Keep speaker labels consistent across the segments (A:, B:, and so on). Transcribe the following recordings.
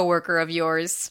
A: coworker of yours.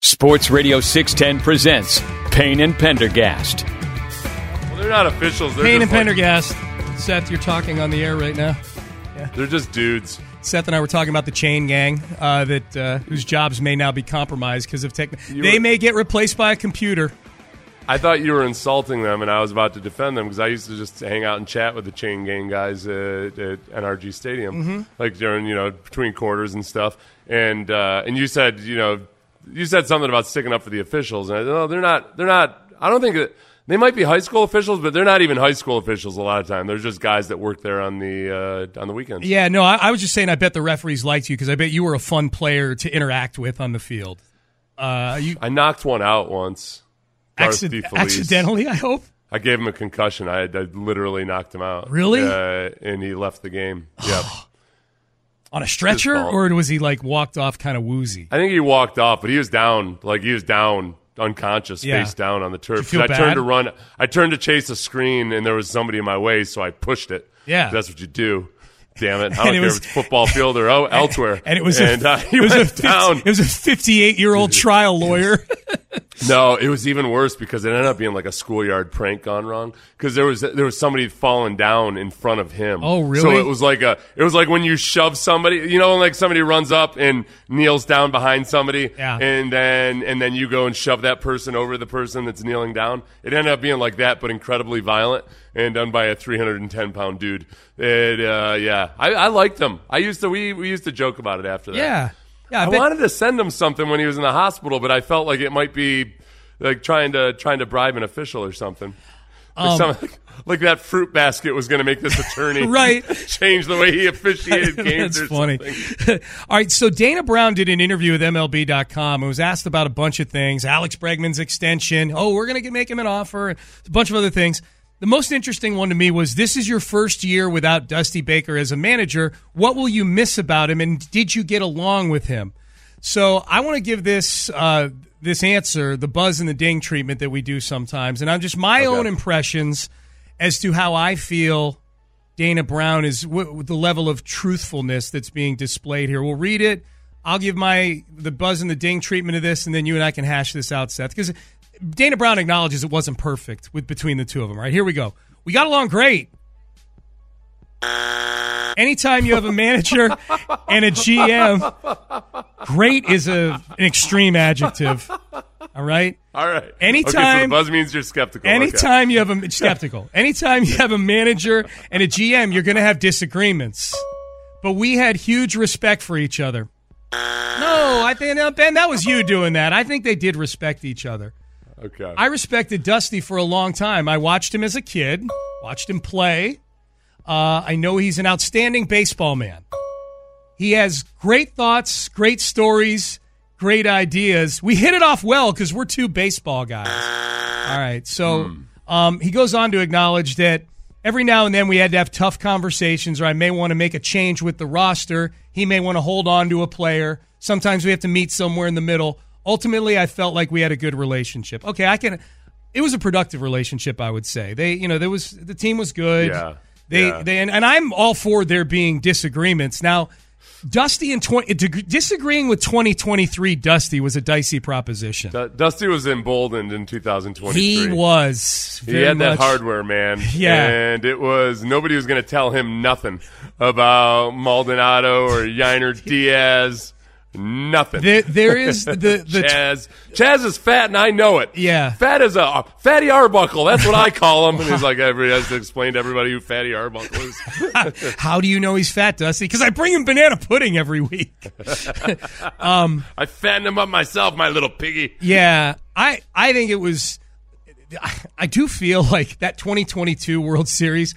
B: Sports Radio 610 presents Payne and Pendergast.
C: Well, they're not officials. They're,
D: Payne and
C: just like-
D: Pendergast. Seth, you're talking on the air right now.
C: they're just dudes.
D: Seth and I were talking about the chain gang uh, that uh, whose jobs may now be compromised because of tech. They
C: were-
D: may get replaced by a computer.
C: I thought you were insulting them, and I was about to defend them because I used to just hang out and chat with the chain gang guys at, at NRG Stadium,
D: Mm-hmm.
C: like during you know between quarters and stuff. And uh, and you said you know you said something about sticking up for the officials, and I said, no, they're not. They're not. I don't think that they might be high school officials, but they're not even high school officials a lot of time. They're just guys that work there on the uh, on the weekends.
D: Yeah, no, I, I was just saying. I bet the referees liked you because I bet you were a fun player to interact with on the field. Uh, you
C: I knocked one out once. Darth
D: acci-
C: DeFelice.
D: accidentally, I hope.
C: I gave him a concussion. I, I literally knocked him out.
D: Really?
C: Uh, and he left the game. Yep.
D: On a stretcher,
C: fault.
D: or was he like walked off kind of woozy?
C: I think he walked off, but he was down. Like he was down, unconscious,
D: Yeah.
C: face down on the turf.
D: you feel
C: I
D: bad?
C: turned to run. I turned to chase a screen, and there was somebody in my way, so I pushed it.
D: Yeah.
C: that's what you do. Damn it! I
D: And
C: don't
D: it
C: care
D: was-
C: if it's football field or oh, elsewhere.
D: And it was
C: and
D: a,
C: uh, he
D: it was
C: went
D: a 50
C: down.
D: It was a 58 year old trial lawyer.
C: No, it was even worse because it ended up being like a schoolyard prank gone wrong. Because there was there was somebody falling down in front of him.
D: Oh, really?
C: So it was like a it was like when you shove somebody, you know, like somebody runs up and kneels down behind somebody,
D: Yeah.
C: and then and then you go and shove that person over the person that's kneeling down. It ended up being like that, but incredibly violent and done by a 310 pound dude. It, uh, yeah, I, I liked him. I used to we we used to joke about it after that.
D: yeah, yeah.
C: I
D: bet-
C: wanted to send him something when he was in the hospital, but I felt like it might be like trying to trying to bribe an official or something. Like,
D: Um,
C: some- like that fruit basket was going to make this attorney
D: Right.
C: change the way he officiated games.
D: That's
C: or
D: funny.
C: something.
D: All right, so Dana Brown did an interview with MLB.com and was asked about a bunch of things Alex Bregman's extension. Oh, we're going to make him an offer, and a bunch of other things. The most interesting one to me was this is your first year without Dusty Baker as a manager. What will you miss about him, and did you get along with him? So I want to give this uh, this answer the buzz and the ding treatment that we do sometimes, and I'm just my own impressions as to how I feel Dana Brown is w- the level of truthfulness that's being displayed here. We'll read it. I'll give my the buzz and the ding treatment of this, and then you and I can hash this out, Seth. Because Dana Brown acknowledges it wasn't perfect with between the two of them. Right here we go. We got along great. Anytime you have a manager and a GM, great is a, an extreme adjective. All right.
C: All right. Okay, so the
D: Anytime-
C: buzz means you're skeptical. Okay.
D: Anytime you have a skeptical, anytime you have a manager and a GM, you're going to have disagreements. But we had huge respect for each other. No, I think no, Ben, that was you doing that. I think they did respect each other.
C: Okay.
D: I respected Dusty for a long time. I watched him as a kid, watched him play. Uh, I know he's an outstanding baseball man. He has great thoughts, great stories, great ideas. We hit it off well because we're two baseball guys. All right. So
C: Hmm.
D: um, he goes on to acknowledge that every now and then we had to have tough conversations, or I may want to make a change with the roster. He may want to hold on to a player. Sometimes we have to meet somewhere in the middle. Ultimately, I felt like we had a good relationship. Okay, I can. It was a productive relationship, I would say. They, you know, there was the team was good.
C: Yeah.
D: They,
C: Yeah.
D: they, and, and I'm all for there being disagreements. Now, Dusty and 20, dig- disagreeing with 2023 Dusty was a dicey proposition.
C: Du- Dusty was emboldened in 2023.
D: He was.
C: He
D: very
C: had that
D: much-
C: hardware, man.
D: Yeah.
C: And it was nobody was going to tell him nothing about Maldonado or Yiner Diaz. nothing.
D: There, there is the the
C: Chaz. Chaz is fat, and I know it.
D: Yeah.
C: fat is a a fatty Arbuckle. That's what I call him. And he's like, every has to explain to everybody who fatty Arbuckle is.
D: how do you know he's fat, Dusty? Because I bring him banana pudding every week.
C: I fatten him up myself, my little piggy.
D: Yeah, I I think it was. I do feel like that 2022 World Series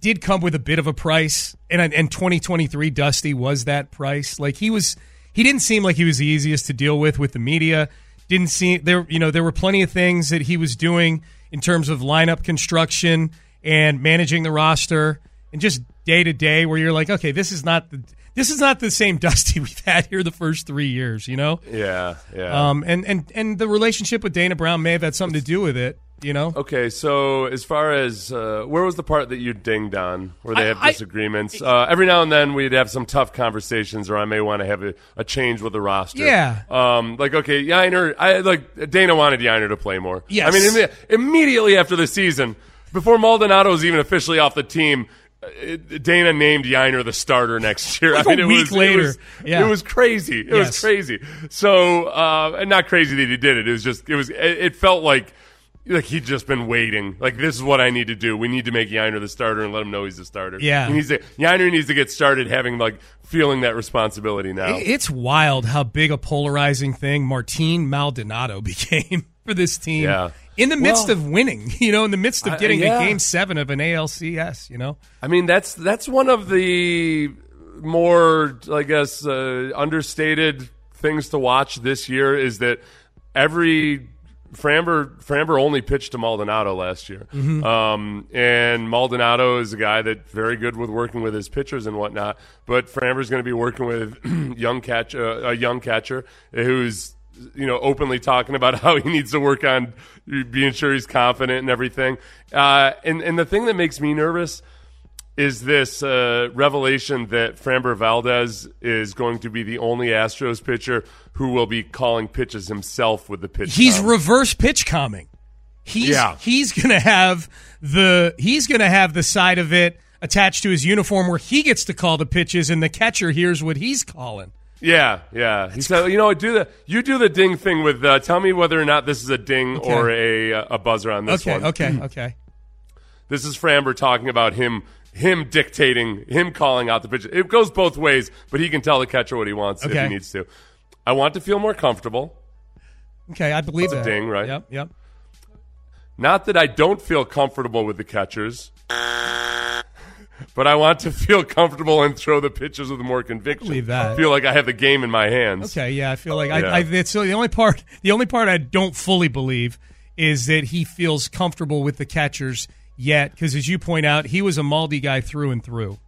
D: did come with a bit of a price, and and 2023 Dusty was that price. Like he was, he didn't seem like he was the easiest to deal with with the media. Didn't seem there. You know, there were plenty of things that he was doing in terms of lineup construction and managing the roster and just day to day, where you're like, okay, this is not the this is not the same Dusty we've had here the first three years. You know.
C: Yeah, yeah.
D: Um, and, and, and the relationship with Dana Brown may have had something to do with it, you know?
C: Okay, so as far as uh, where was the part that you dinged on, where they
D: I-
C: have
D: I-
C: disagreements? uh, every now and then we'd have some tough conversations, or I may want to have a, a change with the roster.
D: Yeah.
C: Um, like okay, Yiner, I like Dana wanted Yiner to play more.
D: Yes.
C: I mean, imme- immediately after the season, before Maldonado was even officially off the team. uh, it- Dana named Yiner the starter next year.
D: Like
C: I mean,
D: a
C: it
D: week
C: was,
D: later.
C: it was,
D: Yeah.
C: it was crazy. It
D: Yes.
C: was crazy. So, uh, and not crazy that he did it. It was just, it was, it, it felt like, like he'd just been waiting. Like this is what I need to do. We need to make Yiner the starter and let him know he's the starter.
D: Yeah.
C: he needs to, Yiner needs to get started having like feeling that responsibility now.
D: I- It's wild how big a polarizing thing Martin Maldonado became for this team.
C: Yeah.
D: In the midst
C: Well-
D: of winning, you know, in the midst of getting
C: yeah.
D: a game seven of an ALCS, you know?
C: I mean, that's that's one of the more, I guess, uh, understated things to watch this year is that every Framber Framber only pitched to Maldonado last year, um, and Maldonado is a guy that very good with working with his pitchers and whatnot. But Framber's going to be working with young catch uh, a young catcher who's you know, openly talking about how he needs to work on being sure he's confident and everything. Uh, and and the thing that makes me nervous is this uh, revelation that Framber Valdez is going to be the only Astros pitcher who will be calling pitches himself with the pitch.
D: He's
C: count.
D: reverse pitch calming. He's
C: Yeah.
D: he's gonna have the he's gonna have the side of it attached to his uniform where he gets to call the pitches and the catcher hears what he's calling.
C: yeah, yeah. He said, "You know, what, do the you do the ding thing with. Uh, tell me whether or not this is a ding or a uh, a buzzer on this
D: okay,
C: one.
D: okay, okay.
C: This is Framber talking about him." Him dictating, him calling out the pitches. It goes both ways, but he can tell the catcher what he wants if
D: Okay.
C: he needs to. I want to feel more comfortable.
D: Okay, I believe
C: That's a
D: that.
C: ding, right?
D: Yep, yep.
C: Not that I don't feel comfortable with the catchers, but I want to feel comfortable and throw the pitches with more conviction.
D: Believe that.
C: Feel like I have the game in my hands.
D: Okay, yeah, I feel like
C: Yeah.
D: I, I it's the only part the only part I don't fully believe is that he feels comfortable with the catchers yet cuz as you point out, he was a Maldi guy through and through.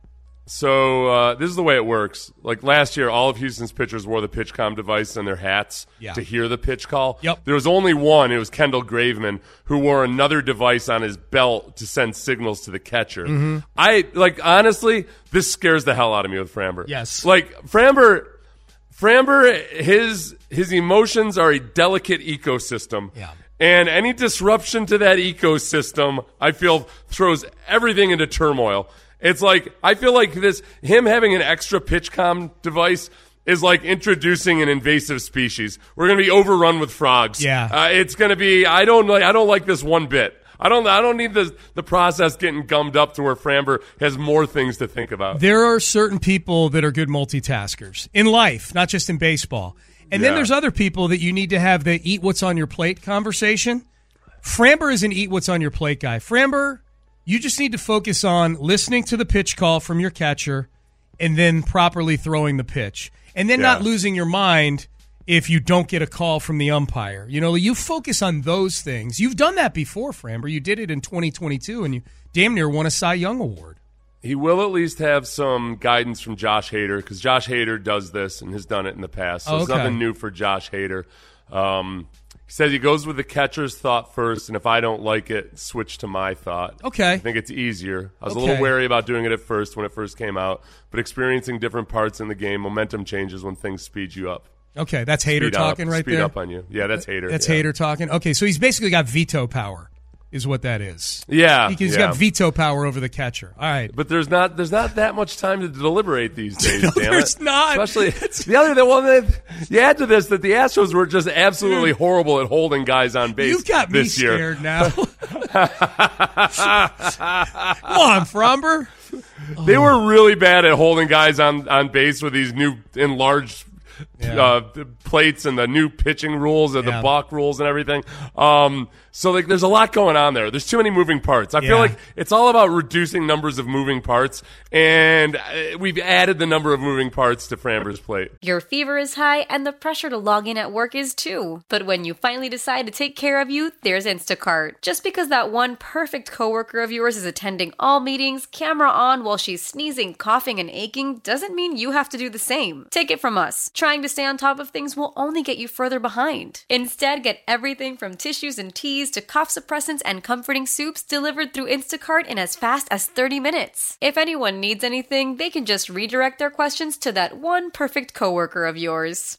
C: So uh, this is the way it works. Like last year, all of Houston's pitchers wore the PitchCom device on their hats
D: Yeah.
C: to hear the pitch call.
D: Yep.
C: There was only one. It was Kendall Graveman who wore another device on his belt to send signals to the catcher.
D: Mm-hmm.
C: I like honestly, this scares the hell out of me with Framber.
D: Yes.
C: Like Framber, Framber, his his emotions are a delicate ecosystem.
D: Yeah.
C: And any disruption to that ecosystem, I feel throws everything into turmoil. It's like I feel like this him having an extra pitch com device is like introducing an invasive species. We're going to be overrun with frogs.
D: Yeah.
C: Uh, it's going to be I don't like I don't like this one bit. I don't I don't need the the process getting gummed up to where Framber has more things to think about.
D: There are certain people that are good multitaskers in life, not just in baseball. And then
C: Yeah.
D: there's other people that you need to have the eat what's on your plate conversation. Framber is an eat what's on your plate guy. Framber, you just need to focus on listening to the pitch call from your catcher and then properly throwing the pitch. And then not
C: Yeah.
D: losing your mind if you don't get a call from the umpire. You know, you focus on those things. You've done that before, Framber. You did it in 2022 and you damn near won a Cy Young award.
C: He will at least have some guidance from Josh Hader because Josh Hader does this and has done it in the past. So it's
D: Okay.
C: nothing new for Josh Hader. Um, he says he goes with the catcher's thought first, and if I don't like it, switch to my thought.
D: Okay.
C: I think it's easier. I was a
D: Okay.
C: little wary about doing it at first when it first came out, but experiencing different parts in the game, momentum changes when things speed you up.
D: Okay, that's hater
C: Speed up-
D: talking right
C: speed
D: there.
C: up on you. Yeah, that's Hader.
D: That's
C: yeah.
D: hater talking. Okay, so he's basically got veto power. is what that is.
C: Yeah,
D: He- He's
C: yeah.
D: got veto power over the catcher. All right.
C: But there's not there's not that much time to deliberate these days.
D: No,
C: damn
D: there's
C: it.
D: not.
C: Especially the other the one that you add to this that the Astros were just absolutely horrible at holding guys on base.
D: Mm. You've got me
C: this year.
D: scared now. Come on, Fromber. Oh.
C: They were really bad at holding guys on on base with these new enlarged. Uh, plates and the new pitching rules and
D: Yeah.
C: the balk rules and everything. Um, so like, there's a lot going on there. There's too many moving parts. I
D: Yeah.
C: feel like it's all about reducing numbers of moving parts, and uh, we've added the number of moving parts to Framber's plate.
A: Your fever is high and the pressure to log in at work is too. But when you finally decide to take care of you, there's Instacart. Just because that one perfect coworker of yours is attending all meetings, camera on while she's sneezing, coughing, and aching, doesn't mean you have to do the same. Take it from us. Trying to stay on top of things will only get you further behind. Instead, get everything from tissues and teas to cough suppressants and comforting soups delivered through Instacart in as fast as 30 minutes. If anyone needs anything, they can just redirect their questions to that one perfect coworker of yours.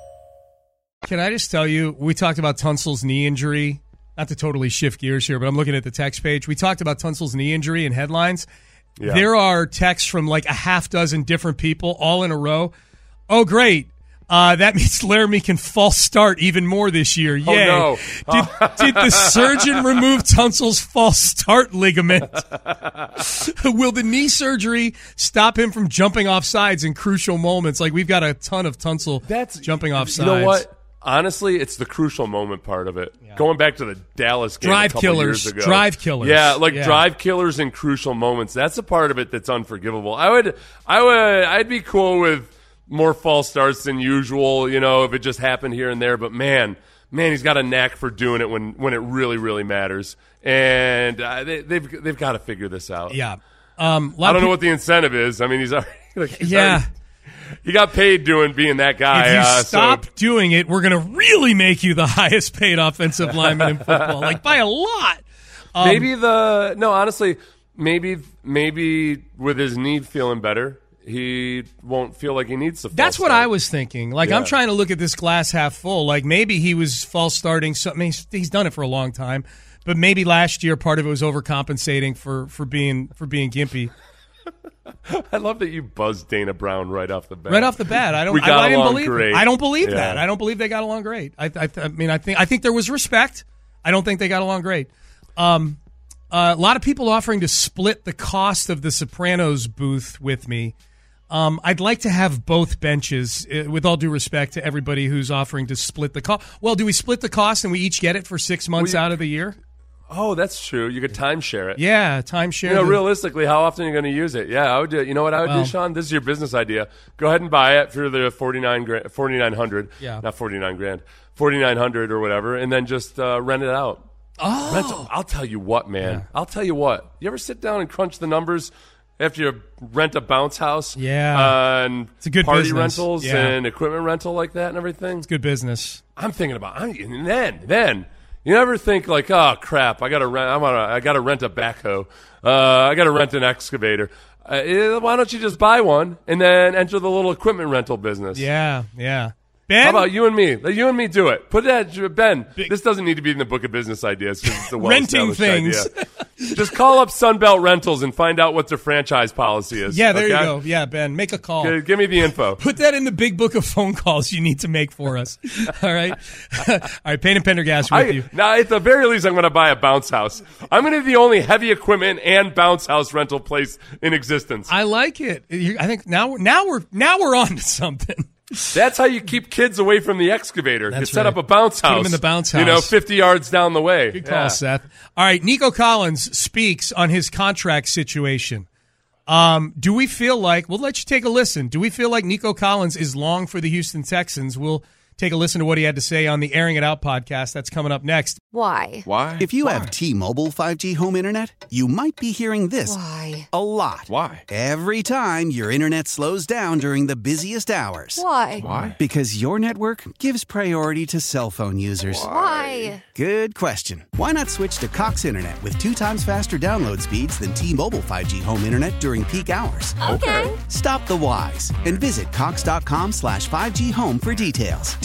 D: Can I just tell you, we talked about Tunsil's knee injury. Not to totally shift gears here, but I'm looking at the text page. We talked about Tunsil's knee injury in headlines.
C: Yeah.
D: There are texts from like a half dozen different people all in a row. Oh, great. Uh, that means Laramie can false start even more this year.
C: Oh,
D: Yay.
C: no.
D: Did, did the surgeon remove Tunsil's false start ligament? Will the knee surgery stop him from jumping off sides in crucial moments? Like, we've got a ton of Tunsil
C: That's
D: jumping off
C: You
D: sides.
C: know what? Honestly, it's the crucial moment part of it. Going back to the Dallas game, a
D: Drive
C: couple
D: killers.
C: years ago.
D: Drive killers.
C: Yeah, like
D: Yeah.
C: drive killers and crucial moments. That's a part of it that's unforgivable. I would, I would, I'd be cool with more false starts than usual. You know, if it just happened here and there. But man, man, he's got a knack for doing it when when it really, really matters. And uh, they, they've they've got to figure this out.
D: Yeah. Um,
C: I don't know what the incentive is. I mean, he's already. Like, he's
D: Yeah.
C: already- he got paid doing being that guy.
D: If you
C: uh, so-
D: stop doing it, we're going to really make you the highest paid offensive lineman in football, like by a lot. Um,
C: maybe the no, honestly, maybe maybe with his knee feeling better, he won't feel like he needs to. false
D: That's what
C: start.
D: I was thinking. Like I'm
C: Yeah.
D: trying to look at this glass half full. Like maybe he was false starting something. He's, he's done it for a long time, but maybe last year part of it was overcompensating for for being for being gimpy
C: I love that you buzzed Dana Brown right off the bat.
D: right off the bat. I don't.
C: We
D: I-
C: got
D: I, didn't
C: along
D: believe.
C: great.
D: I don't believe
C: Yeah.
D: that. I don't believe they got along great. I, I, I mean, I think I think there was respect. I don't think they got along great. Um, uh, a lot of people offering to split the cost of the Sopranos booth with me. Um, I'd like to have both benches. uh, With all due respect to everybody who's offering to split the cost. Well, do we split the cost and we each get it for six months
C: you-
D: out of the year?
C: Oh, that's true. You could timeshare it.
D: Yeah, timeshare.
C: You know,
D: the-
C: realistically, how often are you going to use it? Yeah, I would do. You know what I would
D: Well-
C: do, Sean? This is your business idea. Go ahead and buy it for the forty nine grand, forty nine hundred.
D: Yeah.
C: not forty nine grand, forty nine hundred or whatever, and then just uh, rent it out. Oh, I'll tell you what, man. I'll tell you what. You ever sit down and crunch the numbers after you rent a bounce house?
D: Yeah.
C: uh, and
D: It's a good
C: party
D: business.
C: rentals
D: Yeah.
C: and equipment rental like that and everything.
D: good business.
C: I'm thinking about, I, and then, then you never think like, oh crap, I gotta rent, I wanna, I gotta rent a backhoe, uh, I gotta rent an excavator. Uh, eh, why don't you just buy one and then enter the little equipment rental business?
D: Yeah, yeah. Ben?
C: How about you and me? Let you and me do it. Put that, Ben. This doesn't need to be in the book of business ideas. 'cause It's a well-established
D: Renting
C: idea. Just call up Sunbelt Rentals and find out what their franchise policy is.
D: Yeah, there you
C: okay?
D: go. Yeah, Ben, make a call.
C: G- Give me the info.
D: Put that in the big book of phone calls you need to make for us. All right. All right, Payne and Pendergast with you.
C: I, now, at the very least, I'm going to buy a bounce house. I'm going to be the only heavy equipment and bounce house rental place in existence.
D: I like it. You- I think now we're now we're now we're on to something.
C: That's how you keep kids away from the excavator.
D: That's
C: you set
D: right.
C: up a bounce
D: Put 'em
C: house.
D: in the bounce
C: You know,
D: house.
C: 50 yards down the way.
D: Good call, Seth. All right, Nico Collins speaks on his contract situation. Um, do we feel like we'll let you take a listen? Do we feel like Nico Collins is long for the Houston Texans? We'll take a listen to what he had to say on the Airing It Out podcast. That's coming up next.
E: Why?
F: Why?
G: If you have T-Mobile 5G home internet, you might be hearing this
E: Why?
G: a lot.
F: Why?
G: Every time your internet slows down during the busiest hours.
E: Why?
F: Why?
G: Because your network gives priority to cell phone users.
E: Why?
G: Good question. Why not switch to Cox Internet with two times faster download speeds than T-Mobile 5G home internet during peak hours?
E: Okay.
G: Stop the whys and visit cox.com slash 5G home for details.